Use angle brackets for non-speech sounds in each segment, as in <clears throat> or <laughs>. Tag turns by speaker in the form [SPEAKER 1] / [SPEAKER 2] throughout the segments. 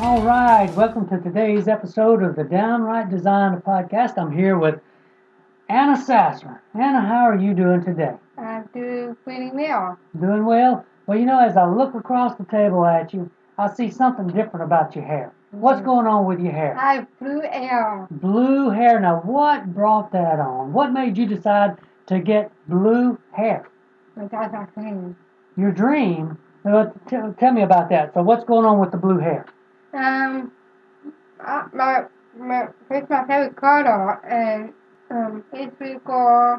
[SPEAKER 1] right, welcome to today's episode of the Downright Design Podcast. I'm here with Anna Sasser. Anna, how are you doing today?
[SPEAKER 2] I do pretty well.
[SPEAKER 1] Doing well? Well, you know, as I look across the table at you, I see something different about your hair. What's going on with your hair?
[SPEAKER 2] I have blue hair.
[SPEAKER 1] Blue hair. Now, what brought that on? What made you decide to get blue hair?
[SPEAKER 2] because I clean.
[SPEAKER 1] Your dream? Well, t- tell me about that. So, what's going on with the blue hair?
[SPEAKER 2] Um, I, my my it's my favorite color, and um, it's pretty cool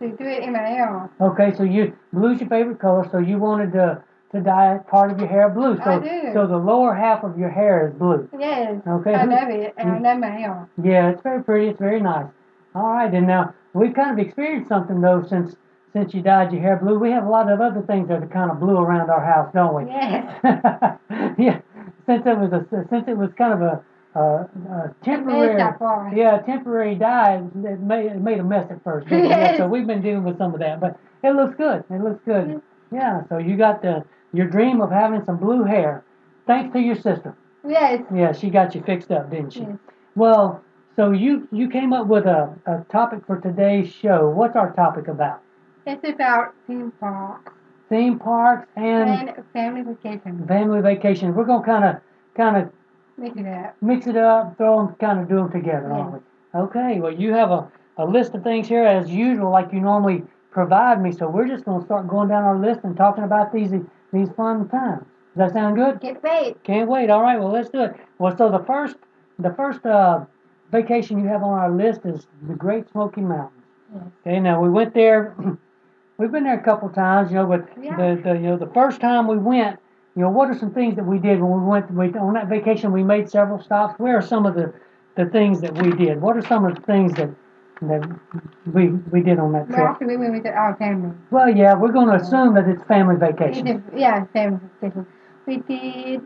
[SPEAKER 2] to do it in my hair.
[SPEAKER 1] Okay, so you blue's your favorite color, so you wanted to to dye part of your hair blue. So,
[SPEAKER 2] I do.
[SPEAKER 1] so the lower half of your hair is blue.
[SPEAKER 2] Yes,
[SPEAKER 1] Okay,
[SPEAKER 2] I
[SPEAKER 1] who-
[SPEAKER 2] love it, and I love my hair.
[SPEAKER 1] Yeah, it's very pretty. It's very nice. All right, and now we've kind of experienced something though since since you dyed your hair blue. We have a lot of other things that are kind of blue around our house, don't we?
[SPEAKER 2] Yes,
[SPEAKER 1] <laughs> yeah. Since it was a since it was kind of a, a, a temporary
[SPEAKER 2] makeup on.
[SPEAKER 1] yeah a temporary dye, it made it made a mess at first. didn't it? Yeah, so
[SPEAKER 2] Yes.
[SPEAKER 1] we've been dealing with some of that, but it looks good. It looks good. Yeah. So you got the your dream of having some blue hair, thanks to your sister.
[SPEAKER 2] Yes,
[SPEAKER 1] Yeah, she got you fixed up, didn't she?
[SPEAKER 2] yes.
[SPEAKER 1] Well, so you you came up with a, a topic for today's show. What's our topic about?
[SPEAKER 2] It's about theme park
[SPEAKER 1] Theme parks and
[SPEAKER 2] and family vacation.
[SPEAKER 1] family vacation. We're gonna kind of kind of
[SPEAKER 2] Make it up.
[SPEAKER 1] mix it up, throw them, kind of do them together, aren't
[SPEAKER 2] Yeah.
[SPEAKER 1] we? Okay. Well, you have a, a list of things here as usual, like you normally provide me. So we're just gonna start going down our list and talking about these these fun times. Does that sound good?
[SPEAKER 2] Get wait.
[SPEAKER 1] Can't wait. All right. Well, let's do it. Well, so the first the first uh, vacation you have on our list is the Great Smoky Mountains.
[SPEAKER 2] Yes.
[SPEAKER 1] Okay. Now we went there. <clears throat> We've been there a couple times, you know. But
[SPEAKER 2] Yeah.
[SPEAKER 1] the, the you know the first time we went, you know, what are some things that we did when we went we, on that vacation? We made several stops. Where are some of the the things that we did? What are some of the things that that we we did on that
[SPEAKER 2] We're
[SPEAKER 1] trip?
[SPEAKER 2] actually we went to our family.
[SPEAKER 1] Well, yeah, we're going to assume that it's family
[SPEAKER 2] We
[SPEAKER 1] vacation.
[SPEAKER 2] did, yeah, family vacation. We did.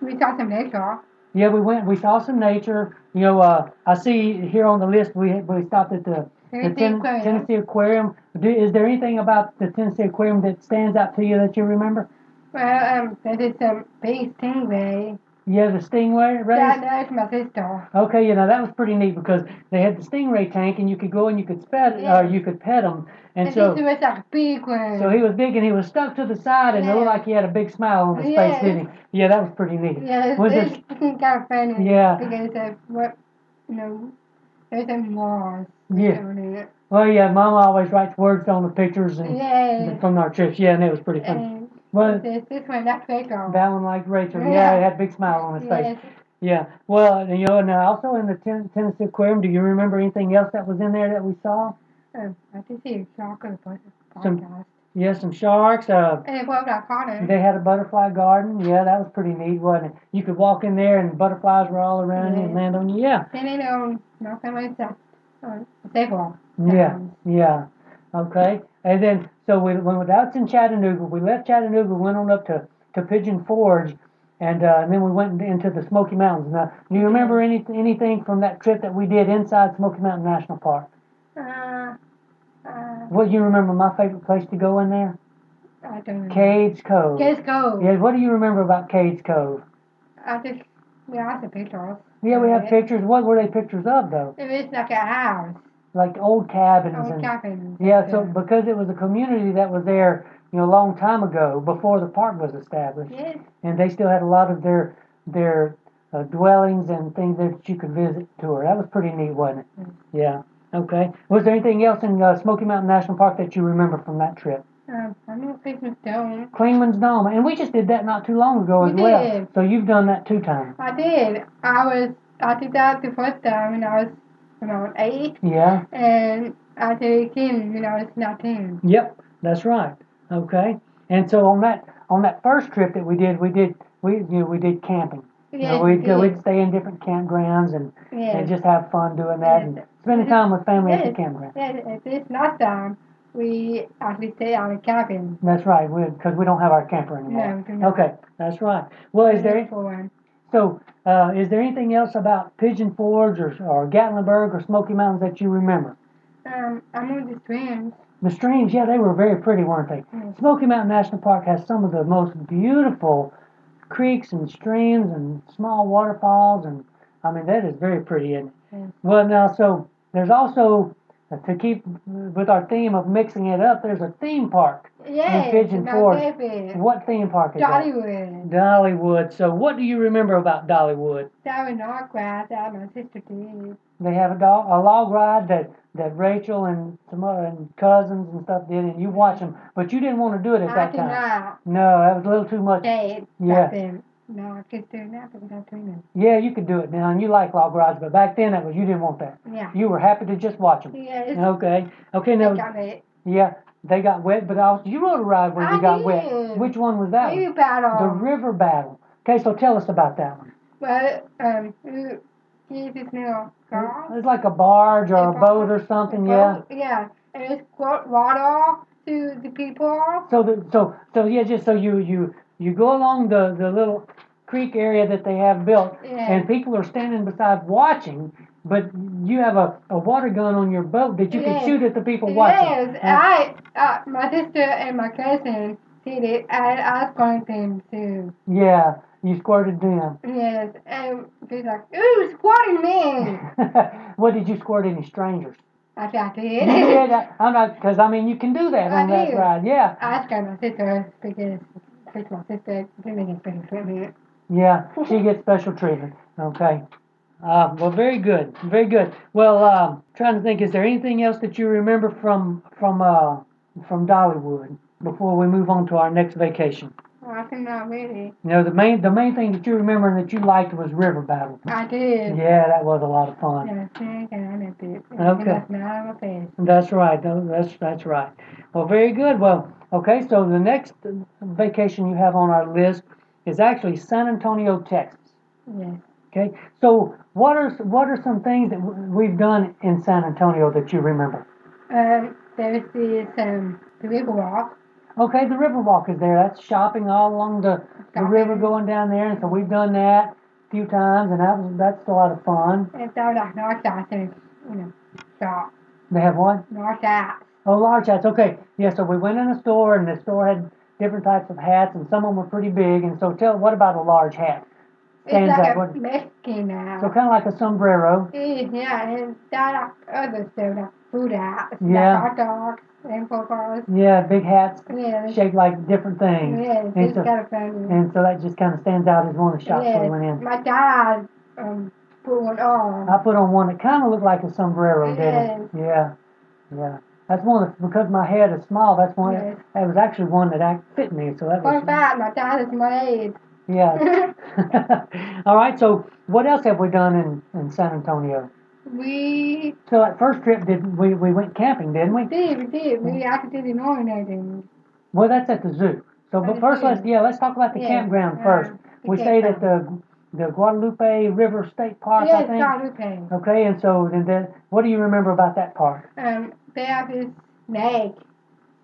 [SPEAKER 2] We got some nature.
[SPEAKER 1] Yeah, we went. We saw some nature. You know, uh, I see here on the list we we stopped at the, the
[SPEAKER 2] Tennessee
[SPEAKER 1] Ten-
[SPEAKER 2] Aquarium.
[SPEAKER 1] Tennessee Aquarium. Do, is there anything about the Tennessee Aquarium that stands out to you that you remember?
[SPEAKER 2] Well, um, there is some big stingray.
[SPEAKER 1] Yeah, the stingray rays.
[SPEAKER 2] That, that's my sister.
[SPEAKER 1] Okay, you know that was pretty neat because they had the stingray tank and you could go and you could pet
[SPEAKER 2] Yeah.
[SPEAKER 1] or you could pet them, and,
[SPEAKER 2] And
[SPEAKER 1] so
[SPEAKER 2] this was like a big one.
[SPEAKER 1] so he was big and he was stuck to the side and it looked
[SPEAKER 2] Yeah.
[SPEAKER 1] like he had a big smile on his
[SPEAKER 2] Yeah.
[SPEAKER 1] face, didn't he? Yeah, that was pretty neat.
[SPEAKER 2] yeah,
[SPEAKER 1] was
[SPEAKER 2] it's,
[SPEAKER 1] it-
[SPEAKER 2] it's kind of funny.
[SPEAKER 1] Yeah.
[SPEAKER 2] Because of what, you know, there's some Mars.
[SPEAKER 1] Yeah. Well, yeah, Mama always writes words on the pictures and
[SPEAKER 2] Yeah.
[SPEAKER 1] from our trips. Yeah, and it was pretty funny.
[SPEAKER 2] And
[SPEAKER 1] Well,
[SPEAKER 2] this, this one, that's Rachel.
[SPEAKER 1] Ballin like Rachel. Yeah,
[SPEAKER 2] Yeah.
[SPEAKER 1] he had a big smile on his
[SPEAKER 2] yes.
[SPEAKER 1] face. Yeah. Well, and, you know, and uh, also in the ten- Tennessee Aquarium, do you remember anything else that was in there that we saw?
[SPEAKER 2] Um, I did see a shark on the
[SPEAKER 1] Some-
[SPEAKER 2] podcast.
[SPEAKER 1] Yeah, some sharks. Uh,
[SPEAKER 2] And it was like Connor.
[SPEAKER 1] they had a butterfly garden. Yeah, that was pretty neat, wasn't it? You could walk in there and butterflies were all around you and
[SPEAKER 2] Yeah.
[SPEAKER 1] land on you. Yeah.
[SPEAKER 2] Then it, um, my family said, um, they were.
[SPEAKER 1] Yeah. Yeah. Okay. And then, so we, when that's in Chattanooga, we left Chattanooga, went on up to, to Pigeon Forge, and, uh, and then we went into the Smoky Mountains. Now, do you remember any, anything from that trip that we did inside Smoky Mountain National Park?
[SPEAKER 2] Uh, uh,
[SPEAKER 1] Well, you remember my favorite place to go in there?
[SPEAKER 2] I don't know.
[SPEAKER 1] Cades Cove.
[SPEAKER 2] Let's go.
[SPEAKER 1] Yeah, what do you remember about Cades Cove?
[SPEAKER 2] I just, we asked the pictures.
[SPEAKER 1] Yeah, we have
[SPEAKER 2] Yeah.
[SPEAKER 1] pictures. What were they pictures of, though?
[SPEAKER 2] It was like a house.
[SPEAKER 1] Like old cabins.
[SPEAKER 2] Old
[SPEAKER 1] and,
[SPEAKER 2] cabin.
[SPEAKER 1] Yeah, so because it was a community that was there, you know, a long time ago, before the park was established.
[SPEAKER 2] Yes,
[SPEAKER 1] And they still had a lot of their their uh, dwellings and things that you could visit tour. That was pretty neat, wasn't it?
[SPEAKER 2] Mm.
[SPEAKER 1] Yeah. Okay. Was there anything else in uh, Smoky Mountain National Park that you remember from that trip?
[SPEAKER 2] um, I'm in Christmas Dome.
[SPEAKER 1] Klingman's Dome, and we just did that not too long ago
[SPEAKER 2] We
[SPEAKER 1] as well.
[SPEAKER 2] did.
[SPEAKER 1] So you've done that two times.
[SPEAKER 2] I did. I was, I did that the first time when I was around eight,
[SPEAKER 1] Yeah.
[SPEAKER 2] and I did it again when I was 19.
[SPEAKER 1] Yep. That's right. Okay. And so on that on that first trip that we did, we did we you know, we did camping. You know,
[SPEAKER 2] Yes,
[SPEAKER 1] we'd go,
[SPEAKER 2] yes,
[SPEAKER 1] we'd stay in different campgrounds and, and
[SPEAKER 2] yes.
[SPEAKER 1] just have fun doing that and
[SPEAKER 2] Yes.
[SPEAKER 1] spending time with family at the
[SPEAKER 2] Yes.
[SPEAKER 1] campground.
[SPEAKER 2] Yes, and this last time, we actually stayed at a cabin.
[SPEAKER 1] That's right, because we don't have our camper
[SPEAKER 2] No,
[SPEAKER 1] anymore.
[SPEAKER 2] we do not.
[SPEAKER 1] Okay, that's right. Well, is there
[SPEAKER 2] For one.
[SPEAKER 1] so uh, is there anything else about Pigeon Forge or, or Gatlinburg or Smoky Mountains that you remember?
[SPEAKER 2] Um, I'm on the twins.
[SPEAKER 1] The streams, yeah, they were very pretty, weren't they?
[SPEAKER 2] Yes.
[SPEAKER 1] Smoky Mountain National Park has some of the most beautiful creeks and streams and small waterfalls and I mean that is very pretty. And well, now so there's also to keep with our theme of mixing it up. There's a theme park.
[SPEAKER 2] Yes,
[SPEAKER 1] Pigeon
[SPEAKER 2] my
[SPEAKER 1] Forge.
[SPEAKER 2] baby.
[SPEAKER 1] What theme park is that?
[SPEAKER 2] Dollywood.
[SPEAKER 1] Dollywood. So what do you remember about Dollywood?
[SPEAKER 2] That was not grass that my sister did.
[SPEAKER 1] They have a dog, a log ride that that Rachel and some other and cousins and stuff did, and you watch them, but you didn't want to do it at
[SPEAKER 2] I
[SPEAKER 1] that
[SPEAKER 2] did
[SPEAKER 1] time.
[SPEAKER 2] not
[SPEAKER 1] No, that was a little too much.
[SPEAKER 2] say
[SPEAKER 1] Yeah.
[SPEAKER 2] nothing. No, I could do nothing without doing
[SPEAKER 1] Yeah, you could do it now, and you like log rides, but back then that was you didn't want that.
[SPEAKER 2] it. Yeah.
[SPEAKER 1] You were happy to just watch them.
[SPEAKER 2] Yes.
[SPEAKER 1] Okay, okay,
[SPEAKER 2] I
[SPEAKER 1] now
[SPEAKER 2] got it.
[SPEAKER 1] yeah, they got wet, but also you rode a ride where you
[SPEAKER 2] I
[SPEAKER 1] got wet.
[SPEAKER 2] did.
[SPEAKER 1] Which one was that?
[SPEAKER 2] Maybe
[SPEAKER 1] one? The
[SPEAKER 2] battle.
[SPEAKER 1] river battle. Okay, so tell us about that one.
[SPEAKER 2] Well, um, ooh, Jesus knew God.
[SPEAKER 1] It's like a barge or a
[SPEAKER 2] Yeah,
[SPEAKER 1] boat or something, yeah.
[SPEAKER 2] Well, yeah. And it's brought water to the people.
[SPEAKER 1] So the, so so yeah, just so you you you go along the the little creek area that they have built,
[SPEAKER 2] Yeah.
[SPEAKER 1] and people are standing beside watching, but you have a, a water gun on your boat that you
[SPEAKER 2] Yeah.
[SPEAKER 1] can shoot at the people watching.
[SPEAKER 2] Yes,
[SPEAKER 1] Yeah.
[SPEAKER 2] I, uh, my sister and my cousin did it, and I was going them too.
[SPEAKER 1] Yeah, you squirted them. <laughs>
[SPEAKER 2] Yes, and she's like, ooh, squatting man.
[SPEAKER 1] what did you squirt any
[SPEAKER 2] <laughs>
[SPEAKER 1] strangers?
[SPEAKER 2] I said, I
[SPEAKER 1] You <laughs>
[SPEAKER 2] did.
[SPEAKER 1] did. I- I'm not because I mean you can do that
[SPEAKER 2] I
[SPEAKER 1] on that
[SPEAKER 2] did.
[SPEAKER 1] ride. Yeah,
[SPEAKER 2] I scared my sister because it's my sister didn't get special treatment.
[SPEAKER 1] yeah. She gets special treatment. Okay. Uh, well, very good, very good. Well, um, trying to think, is there anything else that you remember from from uh, from Dollywood before we move on to our next vacation?
[SPEAKER 2] Well, Oh, I think not really.
[SPEAKER 1] You know, the main the main thing that you remember and that you liked was River Battle.
[SPEAKER 2] I did.
[SPEAKER 1] Yeah, that was a lot of fun.
[SPEAKER 2] And I think I meant it.
[SPEAKER 1] Okay.
[SPEAKER 2] And I smiled on my face.
[SPEAKER 1] That's right. No, That's that's right. Well, very good. Well, okay. So the next vacation you have on our list is actually San Antonio, Texas.
[SPEAKER 2] Yes.
[SPEAKER 1] Okay. So what are what are some things that w- we've done in San Antonio that you remember?
[SPEAKER 2] Um, there was this, um, the river walk.
[SPEAKER 1] Okay, the Riverwalk is there. That's shopping all along the, the river going down there, and so we've done that a few times, and that was that's a lot of fun.
[SPEAKER 2] And so, like, knocked out and, you know, shot.
[SPEAKER 1] They have one.
[SPEAKER 2] Knocked out.
[SPEAKER 1] Oh, large hats. Okay. Yeah. So we went in a store, and the store had different types of hats, and some of them were pretty big. And so, tell what about a large hat?
[SPEAKER 2] It's
[SPEAKER 1] stands
[SPEAKER 2] like
[SPEAKER 1] out,
[SPEAKER 2] a
[SPEAKER 1] wouldn't
[SPEAKER 2] Mexican now.
[SPEAKER 1] So kind of like a sombrero.
[SPEAKER 2] Yeah, and that other stuff, like food out,
[SPEAKER 1] Yeah.
[SPEAKER 2] like hot dogs and footballs.
[SPEAKER 1] Yeah, big hats
[SPEAKER 2] Yeah,
[SPEAKER 1] shaped like different things,
[SPEAKER 2] yeah,
[SPEAKER 1] And
[SPEAKER 2] it's
[SPEAKER 1] so-
[SPEAKER 2] kind of funny.
[SPEAKER 1] and so that just kind of stands out as one of the shops we went
[SPEAKER 2] Yeah,
[SPEAKER 1] in.
[SPEAKER 2] my dad um put one on.
[SPEAKER 1] I put on one that kind of looked like a sombrero, didn't it? Yeah, yeah. That's one of the, because my head is small. That's one.
[SPEAKER 2] Yes.
[SPEAKER 1] That was actually one that act- fit me. So that
[SPEAKER 2] Fun
[SPEAKER 1] was
[SPEAKER 2] fact, my dad is my age.
[SPEAKER 1] <laughs> yeah. <laughs> All right. So what else have we done in in San Antonio?
[SPEAKER 2] <laughs> we
[SPEAKER 1] So that first trip, did we, we went camping, didn't we?
[SPEAKER 2] did, we did. We actually did nominating.
[SPEAKER 1] Well, that's at the zoo. So,
[SPEAKER 2] At
[SPEAKER 1] but
[SPEAKER 2] the
[SPEAKER 1] first,
[SPEAKER 2] zoo.
[SPEAKER 1] let's yeah, let's talk about the
[SPEAKER 2] Yeah,
[SPEAKER 1] campground
[SPEAKER 2] uh,
[SPEAKER 1] first.
[SPEAKER 2] the
[SPEAKER 1] we stayed at the the Guadalupe River State Park, I
[SPEAKER 2] Yes,
[SPEAKER 1] think.
[SPEAKER 2] Guadalupe.
[SPEAKER 1] Okay, and so then, then what do you remember about that park?
[SPEAKER 2] Um, they have this lake,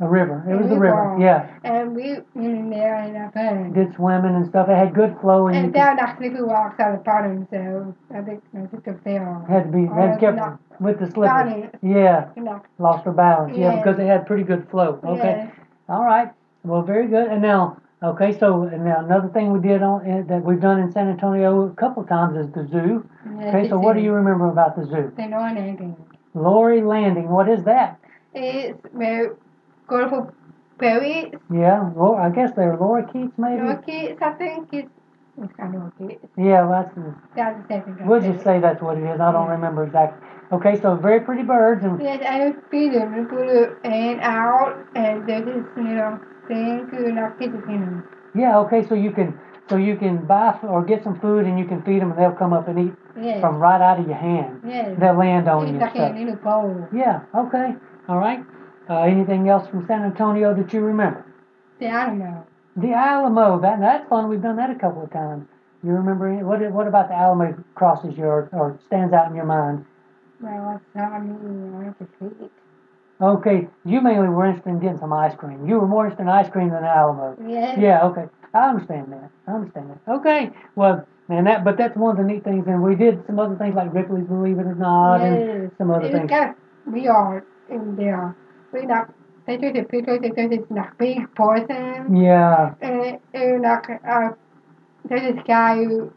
[SPEAKER 1] The river. It
[SPEAKER 2] The
[SPEAKER 1] was the
[SPEAKER 2] river.
[SPEAKER 1] river. Yeah,
[SPEAKER 2] and we went in there and had fun.
[SPEAKER 1] did swimming and stuff. It had good flow and,
[SPEAKER 2] And
[SPEAKER 1] you
[SPEAKER 2] down that slippery walks on the bottom, so I think my sister fell.
[SPEAKER 1] could- had to be
[SPEAKER 2] I
[SPEAKER 1] had
[SPEAKER 2] was
[SPEAKER 1] careful
[SPEAKER 2] not-
[SPEAKER 1] with the
[SPEAKER 2] Got
[SPEAKER 1] slippers.
[SPEAKER 2] it.
[SPEAKER 1] Yeah,
[SPEAKER 2] You know,
[SPEAKER 1] lost her balance. Yeah,
[SPEAKER 2] Yeah.
[SPEAKER 1] because it had pretty good flow. Okay.
[SPEAKER 2] yeah.
[SPEAKER 1] All right. Well, very good. And now, okay, so and now another thing we did on eh, that we've done in San Antonio a couple times is the zoo.
[SPEAKER 2] Yeah,
[SPEAKER 1] Okay,
[SPEAKER 2] she
[SPEAKER 1] so what do
[SPEAKER 2] said
[SPEAKER 1] you remember about the zoo?
[SPEAKER 2] They know an ending.
[SPEAKER 1] Lori Landing. What is that?
[SPEAKER 2] It's very good for berries.
[SPEAKER 1] Yeah, Lori, I guess they're lorikeets, maybe.
[SPEAKER 2] No kids, I think it's. It's kind of okay.
[SPEAKER 1] Yeah, well, that's,
[SPEAKER 2] That's the second
[SPEAKER 1] we'll just say that's what it is. I don't
[SPEAKER 2] Yeah.
[SPEAKER 1] remember exactly. Okay, so very pretty birds and
[SPEAKER 2] Yes, I feed them. We put it in out, and they just, you know, thing to not kids in them.
[SPEAKER 1] yeah, okay, so you can so you can buy f- or get some food and you can feed them and they'll come up and eat
[SPEAKER 2] Yes.
[SPEAKER 1] from right out of your hand.
[SPEAKER 2] yes.
[SPEAKER 1] They'll land on you. and
[SPEAKER 2] it's like
[SPEAKER 1] stuff.
[SPEAKER 2] a little bowl.
[SPEAKER 1] Yeah, okay. All right. Uh, anything else from San Antonio that you remember?
[SPEAKER 2] The animal.
[SPEAKER 1] The Alamo, that, that's fun. We've done that a couple of times. You remember any, what what about the Alamo crosses your or stands out in your mind?
[SPEAKER 2] Well, it's not me. I have to feed it.
[SPEAKER 1] Okay, you mainly were interested in getting some ice cream. You were more interested in ice cream than the Alamo.
[SPEAKER 2] Yes.
[SPEAKER 1] Yeah, okay. I understand that. I understand that. Okay. Well, and that but that's one of the neat things and we did some other things like Ripley's Believe It or Not and
[SPEAKER 2] Yes.
[SPEAKER 1] some other
[SPEAKER 2] It's
[SPEAKER 1] things.
[SPEAKER 2] got we are in there. We not they took the pictures because it's not big person
[SPEAKER 1] Yeah.
[SPEAKER 2] and it like uh there's this guy who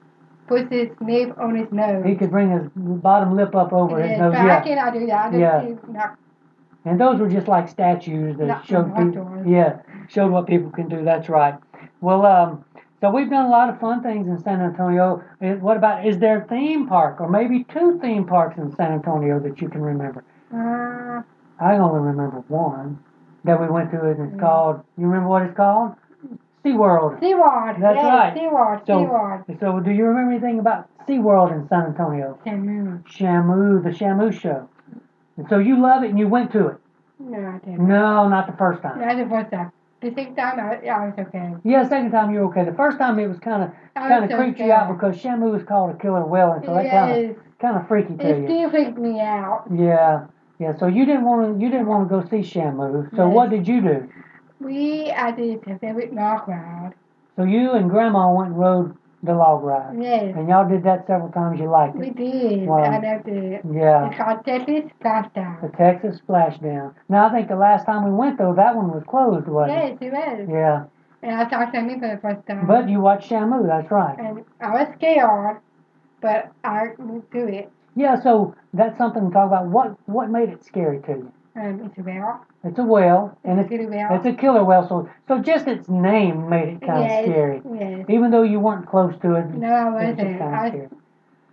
[SPEAKER 2] puts his nape on his nose.
[SPEAKER 1] He could bring his bottom lip up over his
[SPEAKER 2] Yes,
[SPEAKER 1] nose.
[SPEAKER 2] but I
[SPEAKER 1] Yeah.
[SPEAKER 2] cannot do that. I just
[SPEAKER 1] Yeah.
[SPEAKER 2] do not,
[SPEAKER 1] And those were just like statues that
[SPEAKER 2] Not
[SPEAKER 1] showed
[SPEAKER 2] like
[SPEAKER 1] people,
[SPEAKER 2] ours.
[SPEAKER 1] yeah, showed what people can do. That's right. Well, um, so we've done a lot of fun things in San Antonio. Eh, What about is there a theme park or maybe two theme parks in San Antonio that you can remember?
[SPEAKER 2] uh,
[SPEAKER 1] I only remember one that we went to, and it's
[SPEAKER 2] Yeah.
[SPEAKER 1] called. You remember what it's called? SeaWorld.
[SPEAKER 2] SeaWorld.
[SPEAKER 1] That's
[SPEAKER 2] yes,
[SPEAKER 1] right.
[SPEAKER 2] SeaWorld.
[SPEAKER 1] So-
[SPEAKER 2] SeaWorld.
[SPEAKER 1] So, do you remember anything about SeaWorld in San Antonio?
[SPEAKER 2] Cameroon.
[SPEAKER 1] Shamu, the Shamu show. And so you love it, and you went to it.
[SPEAKER 2] No, I didn't.
[SPEAKER 1] No, not the first time.
[SPEAKER 2] That's the first time. The second time, I, yeah, I was okay.
[SPEAKER 1] Yeah, second time you were okay. The first time it was kind of
[SPEAKER 2] I
[SPEAKER 1] kind of
[SPEAKER 2] was so
[SPEAKER 1] creeped you
[SPEAKER 2] scared.
[SPEAKER 1] out because Shamu was called a killer whale, and so that kind of
[SPEAKER 2] Yes,
[SPEAKER 1] kind of freaky to
[SPEAKER 2] it
[SPEAKER 1] you.
[SPEAKER 2] still freaked me out.
[SPEAKER 1] Yeah, yeah. So you didn't want to you didn't want to go see Shamu. So
[SPEAKER 2] Yes.
[SPEAKER 1] what did you do?
[SPEAKER 2] We, I did a favorite log ride.
[SPEAKER 1] So you and Grandma went and rode the log ride,
[SPEAKER 2] Yes,
[SPEAKER 1] and y'all did that several times. You liked
[SPEAKER 2] we
[SPEAKER 1] it.
[SPEAKER 2] did.
[SPEAKER 1] Wow.
[SPEAKER 2] And I did.
[SPEAKER 1] Yeah,
[SPEAKER 2] It's called Texas Splashdown.
[SPEAKER 1] the Texas splashdown. Now I think the last time we went though, that one was closed, wasn't
[SPEAKER 2] Yes, it was.
[SPEAKER 1] it? Yeah.
[SPEAKER 2] And I saw something for the um, first time.
[SPEAKER 1] But you watched Shamu. That's right.
[SPEAKER 2] and I was scared, but I would do it.
[SPEAKER 1] Yeah. So that's something to talk about. What what made it scary to you?
[SPEAKER 2] Um, it's a whale.
[SPEAKER 1] It's a whale, and
[SPEAKER 2] It's
[SPEAKER 1] it's
[SPEAKER 2] a good whale.
[SPEAKER 1] It's a killer whale, so so just its name made it kind of
[SPEAKER 2] yes,
[SPEAKER 1] scary.
[SPEAKER 2] Yes.
[SPEAKER 1] Even though you weren't close to it,
[SPEAKER 2] No, I
[SPEAKER 1] it was just
[SPEAKER 2] wasn't.
[SPEAKER 1] kind
[SPEAKER 2] I
[SPEAKER 1] of
[SPEAKER 2] was,
[SPEAKER 1] scary.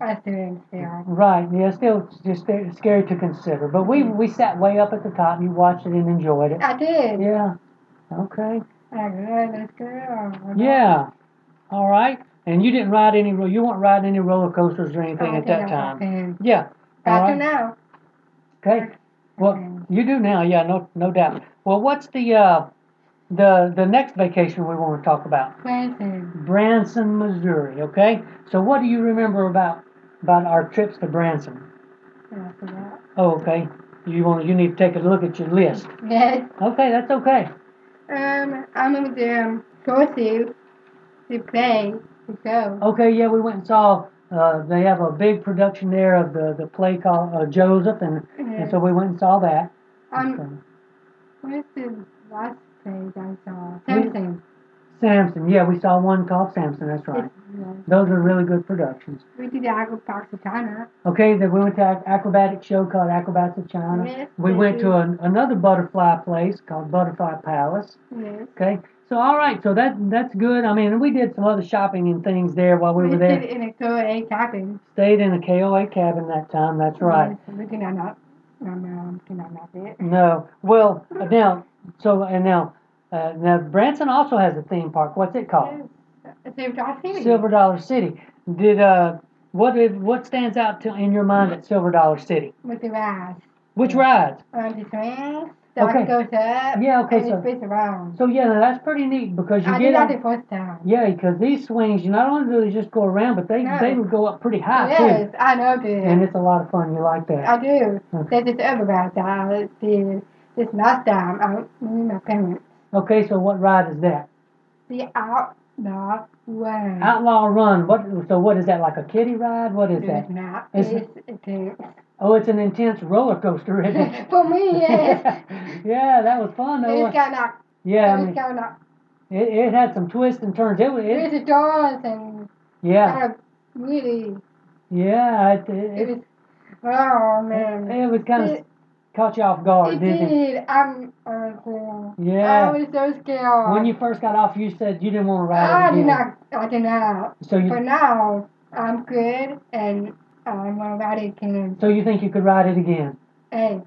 [SPEAKER 2] I was doing scared.
[SPEAKER 1] Right? Yeah, still it's just sca- scary to consider. But we we sat way up at the top. You watched it and enjoyed it.
[SPEAKER 2] I did.
[SPEAKER 1] Yeah. Okay.
[SPEAKER 2] I good, that's good.
[SPEAKER 1] Yeah. All right. And you didn't ride any. ro- You weren't riding any roller coasters or
[SPEAKER 2] I
[SPEAKER 1] anything at
[SPEAKER 2] think
[SPEAKER 1] that
[SPEAKER 2] I'm
[SPEAKER 1] time.
[SPEAKER 2] okay.
[SPEAKER 1] Yeah.
[SPEAKER 2] But I
[SPEAKER 1] All
[SPEAKER 2] do now.
[SPEAKER 1] Okay. Well, you do now. Yeah. No. No doubt. Well, what's the uh, the the next vacation we want to talk about?
[SPEAKER 2] Branson.
[SPEAKER 1] Branson, Missouri. Okay, so what do you remember about about our trips to Branson?
[SPEAKER 2] I forgot.
[SPEAKER 1] Oh, okay, you want you need to take a look at your list.
[SPEAKER 2] Yes.
[SPEAKER 1] Okay, that's okay.
[SPEAKER 2] Um, I remember the um, go to the play, the show.
[SPEAKER 1] Okay, yeah, we went and saw. Uh, they have a big production there of the the play called uh, Joseph, and, and so we went and saw that.
[SPEAKER 2] um,
[SPEAKER 1] So,
[SPEAKER 2] what's the last play I saw? Something.
[SPEAKER 1] Samson, yeah, we saw one called Samson. That's right. Those are really good productions.
[SPEAKER 2] We did the Agro Park Satana.
[SPEAKER 1] Okay, then we went to an acrobatic show called Acrobats of China.
[SPEAKER 2] Yes,
[SPEAKER 1] Uh, we
[SPEAKER 2] we
[SPEAKER 1] went
[SPEAKER 2] did.
[SPEAKER 1] to an, another butterfly place called Butterfly Palace.
[SPEAKER 2] Yes.
[SPEAKER 1] Okay. So all right. So that that's good. I mean, we did some other shopping and things there while we
[SPEAKER 2] we
[SPEAKER 1] were
[SPEAKER 2] did
[SPEAKER 1] there.
[SPEAKER 2] it in a go A cabin.
[SPEAKER 1] Stayed in a KOA cabin that time. That's right.
[SPEAKER 2] Yes, We did not not. No, no, we did not not it.
[SPEAKER 1] No. Well, now so and now uh, now Branson also has a theme park. What's it called?
[SPEAKER 2] Saved our city.
[SPEAKER 1] Oh. Silver Dollar City. Did uh what is, what stands out to, in your mind at Silver Dollar City?
[SPEAKER 2] With the rides.
[SPEAKER 1] Which rides?
[SPEAKER 2] On the swing. The okay.
[SPEAKER 1] Okay.
[SPEAKER 2] goes up.
[SPEAKER 1] Yeah. Okay.
[SPEAKER 2] And it
[SPEAKER 1] So
[SPEAKER 2] spins around.
[SPEAKER 1] so yeah, now that's pretty neat because you
[SPEAKER 2] I
[SPEAKER 1] get
[SPEAKER 2] did that
[SPEAKER 1] on,
[SPEAKER 2] the first time.
[SPEAKER 1] yeah because these swings you not only do they just go around but they
[SPEAKER 2] No.
[SPEAKER 1] they would go up pretty high
[SPEAKER 2] yes,
[SPEAKER 1] too
[SPEAKER 2] I know
[SPEAKER 1] and
[SPEAKER 2] this.
[SPEAKER 1] it's a lot of fun. You like that?
[SPEAKER 2] I do.
[SPEAKER 1] Okay.
[SPEAKER 2] There's this other ride that I did. This last time, I went with my parents.
[SPEAKER 1] Okay, so what ride is that?
[SPEAKER 2] The outlaw way.
[SPEAKER 1] Outlaw Run. What? So what is that? Like a kiddie ride? What is
[SPEAKER 2] It
[SPEAKER 1] that?
[SPEAKER 2] is not.
[SPEAKER 1] It's-
[SPEAKER 2] It's, it's,
[SPEAKER 1] Oh, it's an intense roller coaster, isn't it?
[SPEAKER 2] <laughs> For me,
[SPEAKER 1] <laughs>
[SPEAKER 2] yes.
[SPEAKER 1] yeah, that was fun. Though.
[SPEAKER 2] It's got like
[SPEAKER 1] yeah, I
[SPEAKER 2] It's
[SPEAKER 1] mean,
[SPEAKER 2] got like
[SPEAKER 1] it, it had some twists and turns. It was. It,
[SPEAKER 2] crazy doors and
[SPEAKER 1] yeah,
[SPEAKER 2] kind of really
[SPEAKER 1] yeah. It,
[SPEAKER 2] it
[SPEAKER 1] it, it,
[SPEAKER 2] was oh
[SPEAKER 1] it,
[SPEAKER 2] man.
[SPEAKER 1] it was kind of
[SPEAKER 2] It-
[SPEAKER 1] caught you off guard,
[SPEAKER 2] It
[SPEAKER 1] didn't Oh, it?
[SPEAKER 2] did. Um, oh, I'm I was scared.
[SPEAKER 1] Yeah.
[SPEAKER 2] I Oh, was so scared.
[SPEAKER 1] When you first got off, you said you didn't want to ride
[SPEAKER 2] I
[SPEAKER 1] it
[SPEAKER 2] did
[SPEAKER 1] again.
[SPEAKER 2] not I did not.
[SPEAKER 1] So
[SPEAKER 2] But
[SPEAKER 1] you,
[SPEAKER 2] now I'm good and um, I'm gonna ride it again.
[SPEAKER 1] so you think you could ride it again?
[SPEAKER 2] Hey.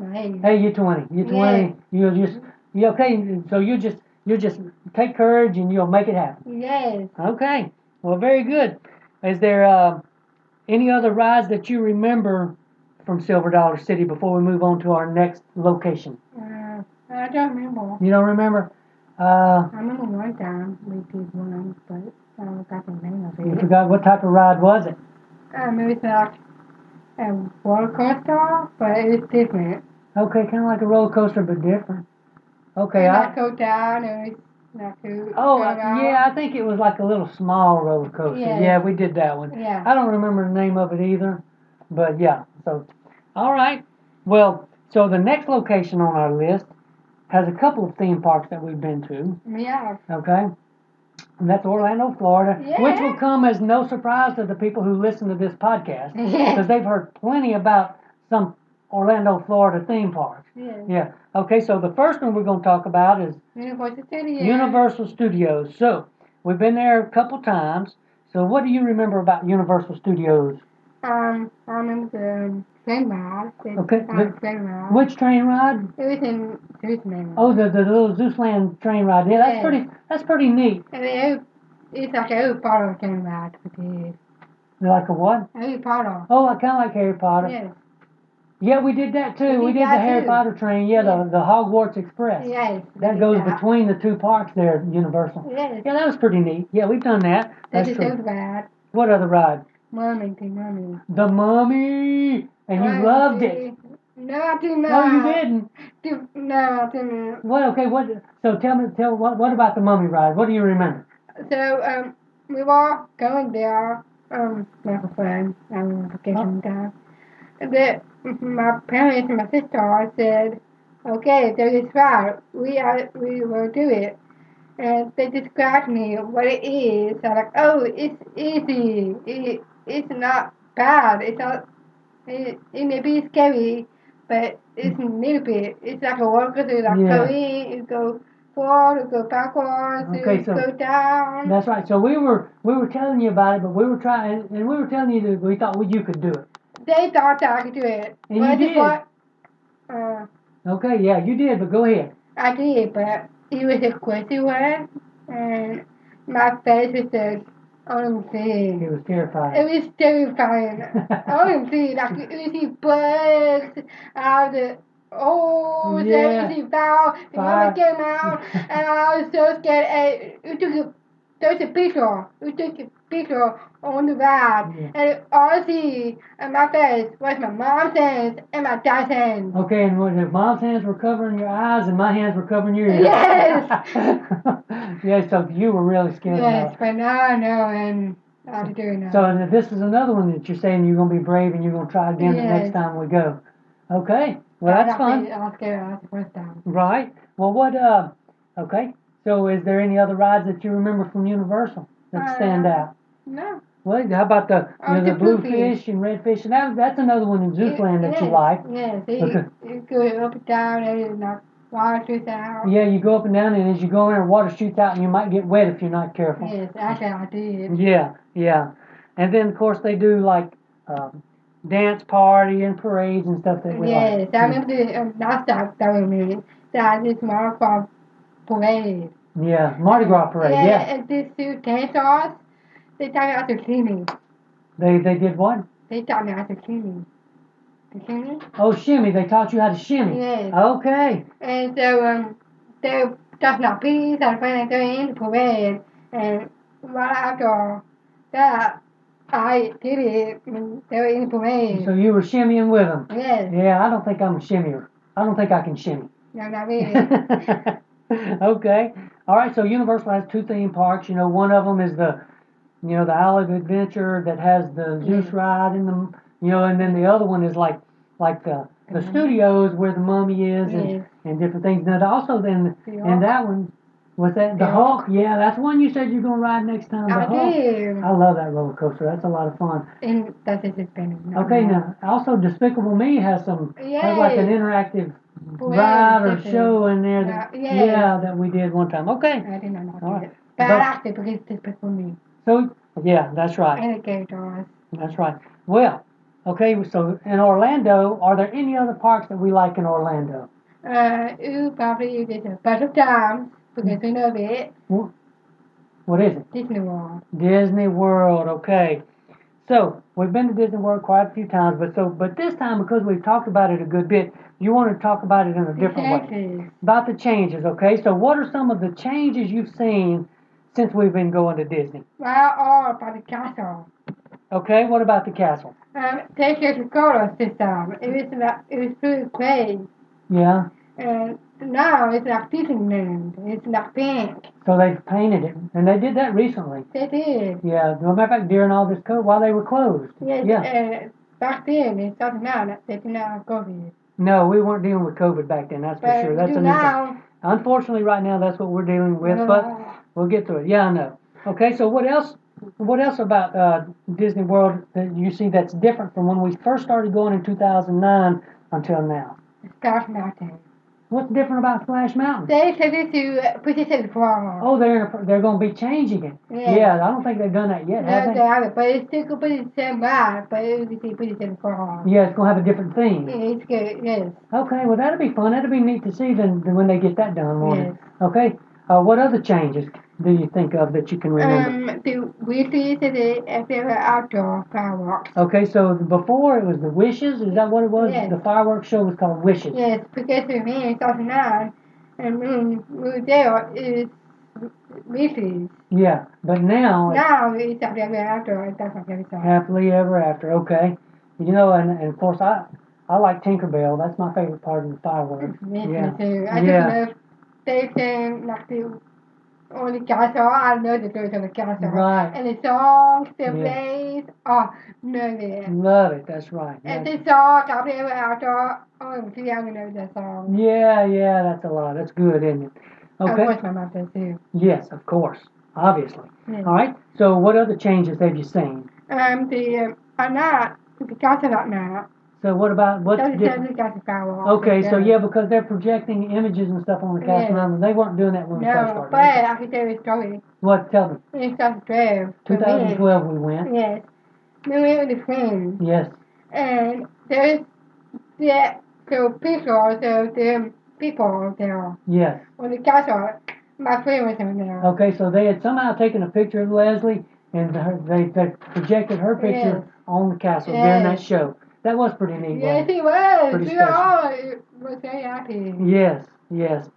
[SPEAKER 2] Hey.
[SPEAKER 1] Hey, you're 20. You're 20. You'll just, you okay. So you just, you just take courage and you'll make it happen.
[SPEAKER 2] Yes.
[SPEAKER 1] Okay. Well, very good. Is there uh, any other rides that you remember from Silver Dollar City before we move on to our next location?
[SPEAKER 2] Uh, I don't remember.
[SPEAKER 1] You don't remember? Uh,
[SPEAKER 2] I remember one time we did one, but I forgot the name of
[SPEAKER 1] you
[SPEAKER 2] it.
[SPEAKER 1] forgot what type of ride was it?
[SPEAKER 2] Um, it was like a roller coaster, but it was different.
[SPEAKER 1] Okay, kind of like a roller coaster but different. Okay.
[SPEAKER 2] And I
[SPEAKER 1] I,
[SPEAKER 2] go down and it's not too.
[SPEAKER 1] oh,
[SPEAKER 2] go
[SPEAKER 1] uh,
[SPEAKER 2] down.
[SPEAKER 1] yeah. I think it was like a little small roller coaster.
[SPEAKER 2] Yes.
[SPEAKER 1] Yeah, we did that one.
[SPEAKER 2] Yeah.
[SPEAKER 1] I don't remember the name of it either, but yeah. So, all right. Well, so the next location on our list has a couple of theme parks that we've been to.
[SPEAKER 2] Yeah.
[SPEAKER 1] Okay, And that's Orlando, Florida,
[SPEAKER 2] Yeah.
[SPEAKER 1] which will come as no surprise to the people who listen to this podcast because they've heard plenty about some Orlando, Florida theme parks.
[SPEAKER 2] yeah.
[SPEAKER 1] Yeah. Okay, so the first one we're going to talk about is
[SPEAKER 2] Universal Studios.
[SPEAKER 1] Universal Studios. So we've been there a couple times. So what do you remember about Universal Studios?
[SPEAKER 2] Um, I remember the train ride. The
[SPEAKER 1] Okay,
[SPEAKER 2] um,
[SPEAKER 1] the-
[SPEAKER 2] train ride.
[SPEAKER 1] Which train ride?
[SPEAKER 2] It was in Jerusalem.
[SPEAKER 1] Oh, the, the little Zeusland train ride. Yeah, that's
[SPEAKER 2] Yeah.
[SPEAKER 1] pretty. That's pretty neat.
[SPEAKER 2] And every, it's like every part of train ride. It is.
[SPEAKER 1] Like a what?
[SPEAKER 2] Every part of.
[SPEAKER 1] Oh, I kind of like Harry Potter.
[SPEAKER 2] Yes.
[SPEAKER 1] Yeah, we did that too.
[SPEAKER 2] We
[SPEAKER 1] We
[SPEAKER 2] did
[SPEAKER 1] did the
[SPEAKER 2] that
[SPEAKER 1] Harry
[SPEAKER 2] too.
[SPEAKER 1] Potter train. Yeah,
[SPEAKER 2] Yeah.
[SPEAKER 1] the, the Hogwarts Express.
[SPEAKER 2] Yes.
[SPEAKER 1] That goes between the two parks there at Universal.
[SPEAKER 2] Yes.
[SPEAKER 1] Yeah, that was pretty neat. Yeah, we've done that. That's
[SPEAKER 2] That's a
[SPEAKER 1] true.
[SPEAKER 2] train ride.
[SPEAKER 1] What other ride?
[SPEAKER 2] Mummy, the mummy.
[SPEAKER 1] The Mummy. And you
[SPEAKER 2] Mummy.
[SPEAKER 1] loved it.
[SPEAKER 2] No, I did
[SPEAKER 1] No,
[SPEAKER 2] not.
[SPEAKER 1] you didn't.
[SPEAKER 2] did. No, I didn't.
[SPEAKER 1] What? Okay. What? So tell me. Tell what? What about the Mummy ride? What do you remember?
[SPEAKER 2] So, um, we were going there, um, my friend, um,
[SPEAKER 1] Oh.
[SPEAKER 2] vacation time. And then my parents and my sister said, okay, there is fire. We are, we will do it. And they described me what it is. I'm like, oh, it's easy. It, it's not bad. It's not, it, it may be scary, but it's a little bit. It's like a walk through, like
[SPEAKER 1] Yeah.
[SPEAKER 2] go in, you go forward, you go backwards,
[SPEAKER 1] Okay,
[SPEAKER 2] you
[SPEAKER 1] so-
[SPEAKER 2] go down.
[SPEAKER 1] That's right. So we were we were telling you about it, but we were trying and we were telling you that we thought well, you could do it.
[SPEAKER 2] They thought that I could do it.
[SPEAKER 1] And
[SPEAKER 2] but
[SPEAKER 1] you
[SPEAKER 2] it's
[SPEAKER 1] did.
[SPEAKER 2] what- uh,
[SPEAKER 1] Okay. Yeah, you did. But go ahead.
[SPEAKER 2] I did, but it was a crazy one, and my face was just,
[SPEAKER 1] It
[SPEAKER 2] OMG.
[SPEAKER 1] was terrifying.
[SPEAKER 2] It was terrifying.
[SPEAKER 1] <laughs>
[SPEAKER 2] Oh, OMG, like you you see bugs out of oh, the holes,
[SPEAKER 1] Yeah.
[SPEAKER 2] and you see foul, and
[SPEAKER 1] Fire.
[SPEAKER 2] mama came
[SPEAKER 1] <laughs>
[SPEAKER 2] out, and I was so scared. And we took a, there's a picture. We took a picture on the ride,
[SPEAKER 1] Yeah.
[SPEAKER 2] and all I see on my face was my mom's hands and my dad's hands.
[SPEAKER 1] Okay, and what if mom's hands were covering your eyes and my hands were covering your ears?
[SPEAKER 2] Yes.
[SPEAKER 1] <laughs> yeah, so you were really scared.
[SPEAKER 2] Yes,
[SPEAKER 1] about
[SPEAKER 2] but now I know and how to do it now.
[SPEAKER 1] it. So and this is another one that you're saying you're going to be brave and you're going to try again the next
[SPEAKER 2] Yes.
[SPEAKER 1] time we go. Okay, well that's fun,
[SPEAKER 2] I'll scare her the first time.
[SPEAKER 1] right? Well, what? Uh, okay. So is there any other rides that you remember from Universal that stand
[SPEAKER 2] Uh,
[SPEAKER 1] out?
[SPEAKER 2] No.
[SPEAKER 1] Well, how about the you
[SPEAKER 2] uh,
[SPEAKER 1] know, the,
[SPEAKER 2] the
[SPEAKER 1] blue
[SPEAKER 2] blue
[SPEAKER 1] fish and red fish? And that, that's another one in Zootland that you
[SPEAKER 2] Yes,
[SPEAKER 1] like.
[SPEAKER 2] Yes, it,
[SPEAKER 1] Okay.
[SPEAKER 2] it goes up and down and it knocks water out.
[SPEAKER 1] Yeah, you go up and down, and as you go in, there, water shoots out, and you might get wet if you're not careful.
[SPEAKER 2] Yes, actually I did.
[SPEAKER 1] Yeah, yeah. And then, of course, they do like um, dance party and parades and stuff that we
[SPEAKER 2] Yes,
[SPEAKER 1] like.
[SPEAKER 2] I remember the um, last time that was me. That this Mardi Gras parade.
[SPEAKER 1] Yeah, Mardi Gras parade. Yeah,
[SPEAKER 2] And this two dancers, they taught me how to clean me.
[SPEAKER 1] they they did what?
[SPEAKER 2] They taught me how to clean me. To clean me?
[SPEAKER 1] Oh, shimmy. They taught you how to shimmy.
[SPEAKER 2] Yes.
[SPEAKER 1] Okay.
[SPEAKER 2] And so um, they just not peace and finally going in the parade. And right after that, I did it. And they were in the parade.
[SPEAKER 1] So you were shimmying with them.
[SPEAKER 2] yes,
[SPEAKER 1] Yeah, I don't think I'm a shimmier. I don't think I can shimmy. <laughs>
[SPEAKER 2] no, not really.
[SPEAKER 1] okay. All right. So Universal has two theme parks. You know, one of them is the, you know, the Isle of Adventure that has the Zeus ride and the, you know, and then the other one is like, like the the
[SPEAKER 2] Mhm.
[SPEAKER 1] studios where the mummy is and,
[SPEAKER 2] Yes.
[SPEAKER 1] and different things. Now also then
[SPEAKER 2] The
[SPEAKER 1] and that one was that the
[SPEAKER 2] The
[SPEAKER 1] Hulk.
[SPEAKER 2] Hulk.
[SPEAKER 1] Yeah, that's one you said you're gonna ride next time. The
[SPEAKER 2] I
[SPEAKER 1] Hulk.
[SPEAKER 2] did.
[SPEAKER 1] I love that roller coaster. That's a lot of fun.
[SPEAKER 2] And that's just spinning.
[SPEAKER 1] Okay, now also Despicable Me has some has like an
[SPEAKER 2] Yay.
[SPEAKER 1] interactive
[SPEAKER 2] Parade,
[SPEAKER 1] ride or
[SPEAKER 2] something.
[SPEAKER 1] show in there that
[SPEAKER 2] Uh,
[SPEAKER 1] yeah.
[SPEAKER 2] yeah.
[SPEAKER 1] that we did one time. Okay.
[SPEAKER 2] I did not know
[SPEAKER 1] All
[SPEAKER 2] that.
[SPEAKER 1] right.
[SPEAKER 2] But
[SPEAKER 1] But-
[SPEAKER 2] I liked it because it's just for me.
[SPEAKER 1] So yeah, that's right.
[SPEAKER 2] And the characters.
[SPEAKER 1] That's right. Well, okay, so in Orlando, are there any other parks that we like in Orlando?
[SPEAKER 2] Uh, you probably did a bunch of times because we know it.
[SPEAKER 1] What is it?
[SPEAKER 2] Disney World.
[SPEAKER 1] Disney World, okay. So we've been to Disney World quite a few times, but so but this time because we've talked about it a good bit, you want to talk about it in a different way.
[SPEAKER 2] Exactly.
[SPEAKER 1] About the changes, okay? So what are some of the changes you've seen since we've been going to Disney?
[SPEAKER 2] Well, oh, all by the castle.
[SPEAKER 1] Okay, what about the castle?
[SPEAKER 2] Um, take your Dakota system. It was like, it was pretty great.
[SPEAKER 1] Yeah.
[SPEAKER 2] And now it's like Disneyland. It's like pink.
[SPEAKER 1] So they painted it, and they did that recently.
[SPEAKER 2] They did.
[SPEAKER 1] Yeah, as a matter of fact, during all this COVID, while they were closed.
[SPEAKER 2] Yes,
[SPEAKER 1] Yeah.
[SPEAKER 2] uh, back then it doesn't matter. They did not have COVID.
[SPEAKER 1] No, we weren't dealing with COVID back then. That's for
[SPEAKER 2] But
[SPEAKER 1] sure. That's
[SPEAKER 2] do
[SPEAKER 1] a new thing.
[SPEAKER 2] now.
[SPEAKER 1] Unfortunately, right now, that's what we're dealing with. But
[SPEAKER 2] uh,
[SPEAKER 1] We'll get through it. Yeah, I know. Okay, so what else? What else about uh, Disney World that you see that's different from when we first started going in 2009 until now?
[SPEAKER 2] Splash Mountain.
[SPEAKER 1] What's different about Splash Mountain?
[SPEAKER 2] They took it to Princess World.
[SPEAKER 1] Oh, they're they're going to be changing it.
[SPEAKER 2] Yeah.
[SPEAKER 1] I don't think they've done that yet.
[SPEAKER 2] No,
[SPEAKER 1] have
[SPEAKER 2] they
[SPEAKER 1] they?
[SPEAKER 2] haven't, but it's still could put it in same vibe, but it was to Princess World.
[SPEAKER 1] Yeah, it's going to have a different theme.
[SPEAKER 2] It's good, yes.
[SPEAKER 1] Okay, well that'll be fun. That'll be neat to see then then when they get that done. won't it?
[SPEAKER 2] Yes.
[SPEAKER 1] Okay. Uh, what other changes do you think of that you can remember?
[SPEAKER 2] Um, the weekly today at the outdoor fireworks.
[SPEAKER 1] Okay, so before it was the wishes. Is that what it was?
[SPEAKER 2] Yes.
[SPEAKER 1] The fireworks show was called Wishes.
[SPEAKER 2] Yes, because for me it's also nine, and when we were there is weekly.
[SPEAKER 1] Yeah, but now it's
[SPEAKER 2] Now it's at the outdoor, it's not very time.
[SPEAKER 1] happily ever after. Okay, you know, and, and of course I I like Tinkerbell. That's my favorite part of the fireworks.
[SPEAKER 2] Me
[SPEAKER 1] Yeah.
[SPEAKER 2] too. I
[SPEAKER 1] Yeah.
[SPEAKER 2] just love they sing like the on the castle. I know the lyrics on the castle.
[SPEAKER 1] Right,
[SPEAKER 2] And the songs, the
[SPEAKER 1] Yeah.
[SPEAKER 2] plays, oh, know them.
[SPEAKER 1] love it. That's right.
[SPEAKER 2] And
[SPEAKER 1] That's-
[SPEAKER 2] the song, I play with outdoor. Oh, see, I know that song.
[SPEAKER 1] yeah, yeah, that's a lot. That's good, isn't it?
[SPEAKER 2] Of
[SPEAKER 1] Okay.
[SPEAKER 2] course, my mom does too.
[SPEAKER 1] Yes, of course, obviously.
[SPEAKER 2] Yeah.
[SPEAKER 1] All right. So what other changes have you seen?
[SPEAKER 2] Um, the um, at night, the castle at night.
[SPEAKER 1] So what about what's
[SPEAKER 2] Those
[SPEAKER 1] different?
[SPEAKER 2] the castle fireworks.
[SPEAKER 1] Okay, so
[SPEAKER 2] Those-
[SPEAKER 1] yeah, because they're projecting images and stuff on the Castle
[SPEAKER 2] Yeah.
[SPEAKER 1] Island. They weren't doing that when we first
[SPEAKER 2] No,
[SPEAKER 1] started.
[SPEAKER 2] but I can tell you a story.
[SPEAKER 1] What? Tell them.
[SPEAKER 2] It's just drive.
[SPEAKER 1] 2012 we went.
[SPEAKER 2] Yes. We went with a friend.
[SPEAKER 1] Yes.
[SPEAKER 2] and there's the so pictures of the people there
[SPEAKER 1] Yes.
[SPEAKER 2] on the castle. My friend was in there.
[SPEAKER 1] Okay, so they had somehow taken a picture of Leslie and her, they, they projected her picture on the castle during that
[SPEAKER 2] Yes.
[SPEAKER 1] show. That was pretty neat.
[SPEAKER 2] yes,
[SPEAKER 1] wasn't
[SPEAKER 2] he was.
[SPEAKER 1] Pretty
[SPEAKER 2] We all was very happy.
[SPEAKER 1] it?
[SPEAKER 2] <laughs>
[SPEAKER 1] Yes. Yes.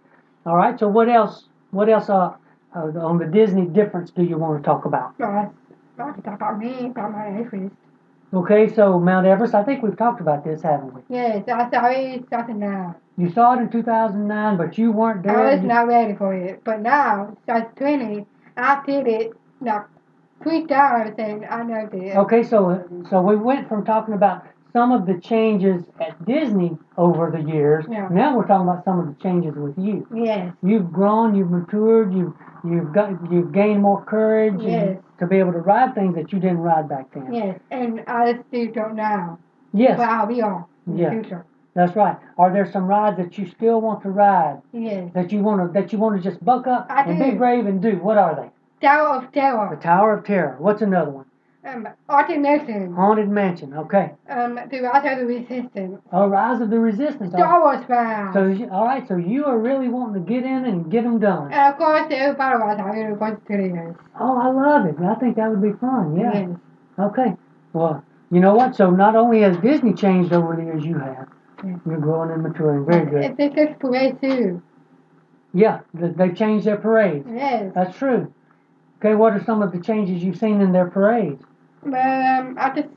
[SPEAKER 1] All right. So what else? What else uh, uh, on the Disney difference do you want to talk about?
[SPEAKER 2] But I could talk about me, about my interest.
[SPEAKER 1] Okay, so Mount Everest. I think we've talked about this, haven't we?
[SPEAKER 2] Yes, I saw it starting now.
[SPEAKER 1] You saw it in 2009, but you weren't there.
[SPEAKER 2] I was
[SPEAKER 1] You-
[SPEAKER 2] not ready for it, but now, since 20, I did it like three times and I know this.
[SPEAKER 1] Okay, so so we went from talking about some of the changes at Disney over the years.
[SPEAKER 2] Yeah.
[SPEAKER 1] Now we're talking about some of the changes with you.
[SPEAKER 2] Yes,
[SPEAKER 1] You've grown, you've matured, you've you've got you've gained more courage and-
[SPEAKER 2] Yes.
[SPEAKER 1] to be able to ride things that you didn't ride back then.
[SPEAKER 2] yes, and I still don't know.
[SPEAKER 1] Yes,
[SPEAKER 2] But I'll be on in
[SPEAKER 1] Yeah.
[SPEAKER 2] the future.
[SPEAKER 1] that's right. Are there some rides that you still want to ride
[SPEAKER 2] Yes.
[SPEAKER 1] that you want to that you want to just buck up
[SPEAKER 2] I
[SPEAKER 1] and
[SPEAKER 2] do.
[SPEAKER 1] be brave and do? What are they?
[SPEAKER 2] Tower of
[SPEAKER 1] The
[SPEAKER 2] Terror,
[SPEAKER 1] Tower of Terror. What's another one?
[SPEAKER 2] um, Arctic Nation,
[SPEAKER 1] Haunted Mansion. Okay.
[SPEAKER 2] um, The Rise of the Resistance,
[SPEAKER 1] Oh, Rise of the Resistance. Uh,
[SPEAKER 2] Star Wars Round,
[SPEAKER 1] Oh. So you- all right, so you are really wanting to get in and get them done.
[SPEAKER 2] and of course the Empire was out in the studios.
[SPEAKER 1] Oh, I love it. I think that would be fun. Yeah.
[SPEAKER 2] Yes.
[SPEAKER 1] Okay. Well, you know what? So not only has Disney changed over the years, you have.
[SPEAKER 2] Yeah.
[SPEAKER 1] You're growing and maturing. Very good.
[SPEAKER 2] It's a good parade too.
[SPEAKER 1] Yeah, th- they've changed their parades.
[SPEAKER 2] Yes.
[SPEAKER 1] That's true. Okay, what are some of the changes you've seen in their parades?
[SPEAKER 2] Um, I just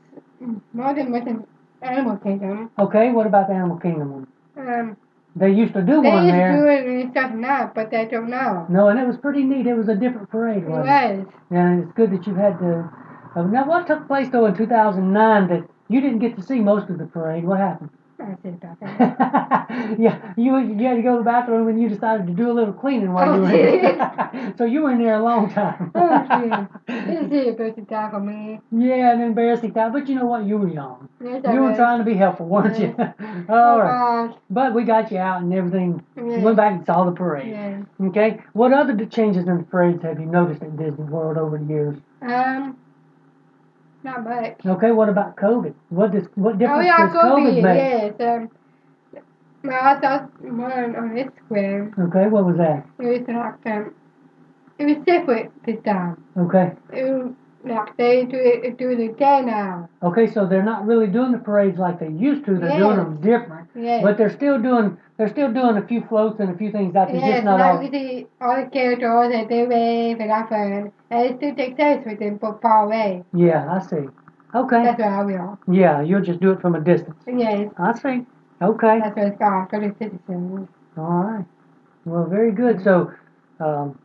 [SPEAKER 2] more than with an Animal Kingdom.
[SPEAKER 1] Okay, what about the Animal Kingdom? one?
[SPEAKER 2] Um,
[SPEAKER 1] They used to do
[SPEAKER 2] they
[SPEAKER 1] one
[SPEAKER 2] used to
[SPEAKER 1] there.
[SPEAKER 2] do it and stuff now, but they don't know.
[SPEAKER 1] No, and it was pretty neat. It was a different parade,
[SPEAKER 2] It
[SPEAKER 1] wasn't it?
[SPEAKER 2] was.
[SPEAKER 1] And it's good that you had to. Uh, now, what took place though in 2009 that you didn't get to see most of the parade? What happened? <laughs>
[SPEAKER 2] I said about that.
[SPEAKER 1] yeah, you you had to go to the bathroom and you decided to do a little cleaning while
[SPEAKER 2] Oh,
[SPEAKER 1] you were there. <laughs> so you were in there a long time. <laughs>
[SPEAKER 2] Oh, this is a good time for me.
[SPEAKER 1] yeah, an embarrassing time. But you know what? You were young.
[SPEAKER 2] Yes, I
[SPEAKER 1] You were
[SPEAKER 2] was.
[SPEAKER 1] trying to be helpful, weren't you? <laughs> All right.
[SPEAKER 2] Oh,
[SPEAKER 1] But we got you out and everything.
[SPEAKER 2] Yes.
[SPEAKER 1] Went back and saw the parade.
[SPEAKER 2] yes.
[SPEAKER 1] Okay. What other d- changes in the parades have you noticed at Disney World over the years?
[SPEAKER 2] Um, not much.
[SPEAKER 1] Okay, what about COVID? What does what
[SPEAKER 2] Oh
[SPEAKER 1] difference
[SPEAKER 2] yeah,
[SPEAKER 1] does COVID,
[SPEAKER 2] COVID.
[SPEAKER 1] make?
[SPEAKER 2] Yes. Um, well, I saw one on Instagram.
[SPEAKER 1] Okay, what was that?
[SPEAKER 2] It was like um, it was different this time.
[SPEAKER 1] Okay,
[SPEAKER 2] It was like they do it do the day now.
[SPEAKER 1] okay, so they're not really doing the parades like they used to. They're doing
[SPEAKER 2] Yes.
[SPEAKER 1] them different,
[SPEAKER 2] Yes.
[SPEAKER 1] but they're still doing they're still doing a few floats and a few things out there.
[SPEAKER 2] yes,
[SPEAKER 1] just not
[SPEAKER 2] now
[SPEAKER 1] all.
[SPEAKER 2] you see all the characters and they wave and have fun. And it still takes place with them from far away.
[SPEAKER 1] Yeah, I see. Okay,
[SPEAKER 2] That's what I will.
[SPEAKER 1] yeah, you'll just do it from a distance.
[SPEAKER 2] Yes,
[SPEAKER 1] I see. Okay,
[SPEAKER 2] that's what it's called, for the citizens.
[SPEAKER 1] all right. Well, very good. So, um,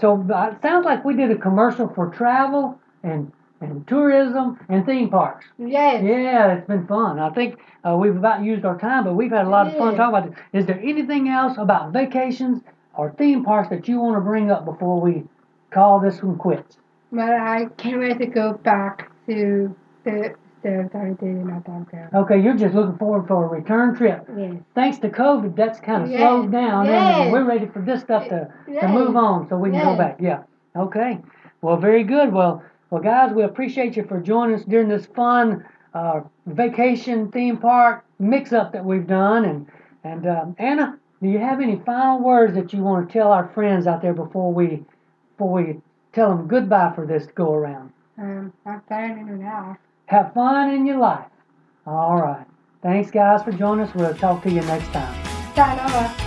[SPEAKER 1] so uh, it sounds like we did a commercial for travel and and tourism and theme parks.
[SPEAKER 2] Yes.
[SPEAKER 1] Yeah, it's been fun. I think uh, we've about used our time, but we've had a lot of fun
[SPEAKER 2] Yeah.
[SPEAKER 1] talking about this. Is there anything else about vacations or theme parks that you want to bring up before we call this one quits?
[SPEAKER 2] But I can't wait to go back to the stuff that I did in my hometown.
[SPEAKER 1] Okay, you're just looking forward for a return trip.
[SPEAKER 2] Yes.
[SPEAKER 1] Thanks to COVID, that's kind of
[SPEAKER 2] Yes,
[SPEAKER 1] slowed down, isn't it?
[SPEAKER 2] yes.
[SPEAKER 1] We're ready for this stuff to, to
[SPEAKER 2] Yes.
[SPEAKER 1] move on so we can go
[SPEAKER 2] Yes.
[SPEAKER 1] back. Yeah. Okay. Well, very good. Well, well, guys, we appreciate you for joining us during this fun uh, vacation theme park mix-up that we've done. And and um, Anna, do you have any final words that you want to tell our friends out there before we before we tell them goodbye for this go around?
[SPEAKER 2] Um, I'm finding it out.
[SPEAKER 1] Have fun in your life. All right. Thanks, guys, for joining us. We'll talk to you next time.
[SPEAKER 2] Sayonara.